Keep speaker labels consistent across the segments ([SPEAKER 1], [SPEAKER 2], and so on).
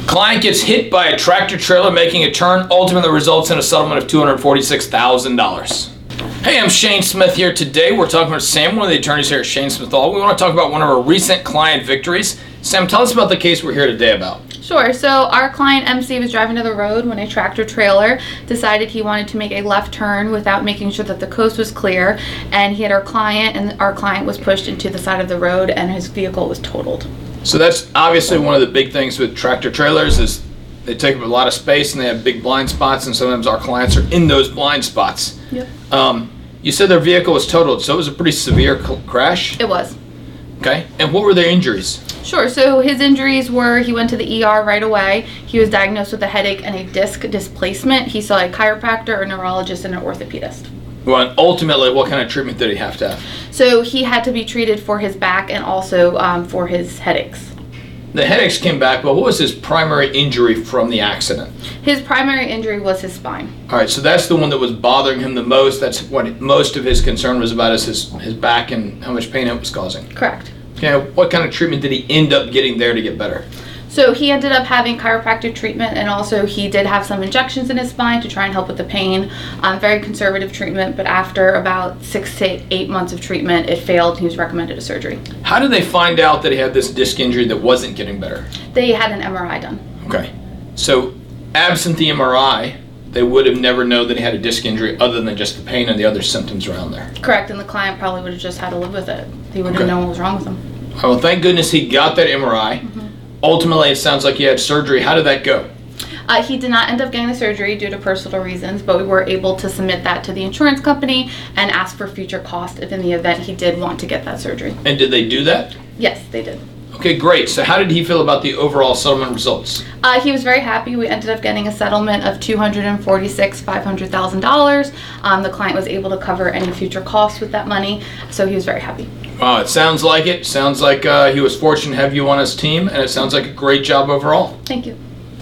[SPEAKER 1] Client gets hit by a tractor trailer making a turn, ultimately results in a settlement of $246,000. Hey, I'm Shane Smith here today. We're talking with Sam, one of the attorneys here at Shane Smith Law. We want to talk about one of our recent client victories. Sam, tell us about the case we're here today about.
[SPEAKER 2] Sure. So our client MC was driving to the road when a tractor trailer decided he wanted to make a left turn without making sure that the coast was clear, and he hit our client, and our client was pushed into the side of the road, and his vehicle was totaled.
[SPEAKER 1] So that's obviously one of the big things with tractor trailers is they take up a lot of space and they have big blind spots, and sometimes our clients are in those blind spots.
[SPEAKER 2] Yep.
[SPEAKER 1] Um, you said their vehicle was totaled, so it was a pretty severe cl- crash.
[SPEAKER 2] It was.
[SPEAKER 1] Okay. And what were their injuries?
[SPEAKER 2] Sure. So his injuries were he went to the ER right away. He was diagnosed with a headache and a disc displacement. He saw a chiropractor, a neurologist, and an orthopedist.
[SPEAKER 1] Well, and ultimately, what kind of treatment did he have to have?
[SPEAKER 2] So he had to be treated for his back and also um, for his headaches.
[SPEAKER 1] The headaches came back, but what was his primary injury from the accident?
[SPEAKER 2] His primary injury was his spine.
[SPEAKER 1] All right, so that's the one that was bothering him the most. That's what most of his concern was about is his, his back and how much pain it was causing.
[SPEAKER 2] Correct.
[SPEAKER 1] Okay, what kind of treatment did he end up getting there to get better?
[SPEAKER 2] So he ended up having chiropractic treatment, and also he did have some injections in his spine to try and help with the pain. Um, very conservative treatment, but after about six to eight months of treatment, it failed. and He was recommended a surgery.
[SPEAKER 1] How did they find out that he had this disc injury that wasn't getting better?
[SPEAKER 2] They had an MRI done.
[SPEAKER 1] Okay, so absent the MRI, they would have never known that he had a disc injury other than just the pain and the other symptoms around there.
[SPEAKER 2] Correct, and the client probably would have just had to live with it. He wouldn't
[SPEAKER 1] Okay.
[SPEAKER 2] have known what was wrong with him.
[SPEAKER 1] Well, Oh, thank goodness he got that MRI. Ultimately, it sounds like he had surgery. How did that go?
[SPEAKER 2] Uh, he did not end up getting the surgery due to personal reasons, but we were able to submit that to the insurance company and ask for future cost if in the event he did want to get that surgery.
[SPEAKER 1] And did they do that?
[SPEAKER 2] Yes, they did.
[SPEAKER 1] Okay, great. So, how did he feel about the overall settlement results?
[SPEAKER 2] Uh, he was very happy. We ended up getting a settlement of two hundred and forty-six five hundred thousand dollars. Um, the client was able to cover any future costs with that money, so he was very happy.
[SPEAKER 1] Wow, it sounds like it. Sounds like uh, he was fortunate to have you on his team, and it sounds like a great job overall.
[SPEAKER 2] Thank you.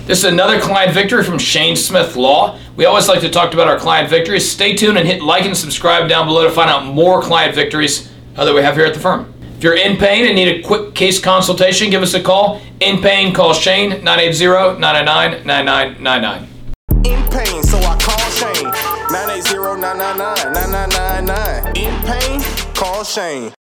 [SPEAKER 1] This is another client victory from Shane Smith Law. We always like to talk about our client victories. Stay tuned and hit like and subscribe down below to find out more client victories uh, that we have here at the firm. If you're in pain and need a quick case consultation, give us a call. In pain, call Shane 980 999 9999.
[SPEAKER 3] in pain, so I call Shane. 980 999 9999. In pain, call Shane.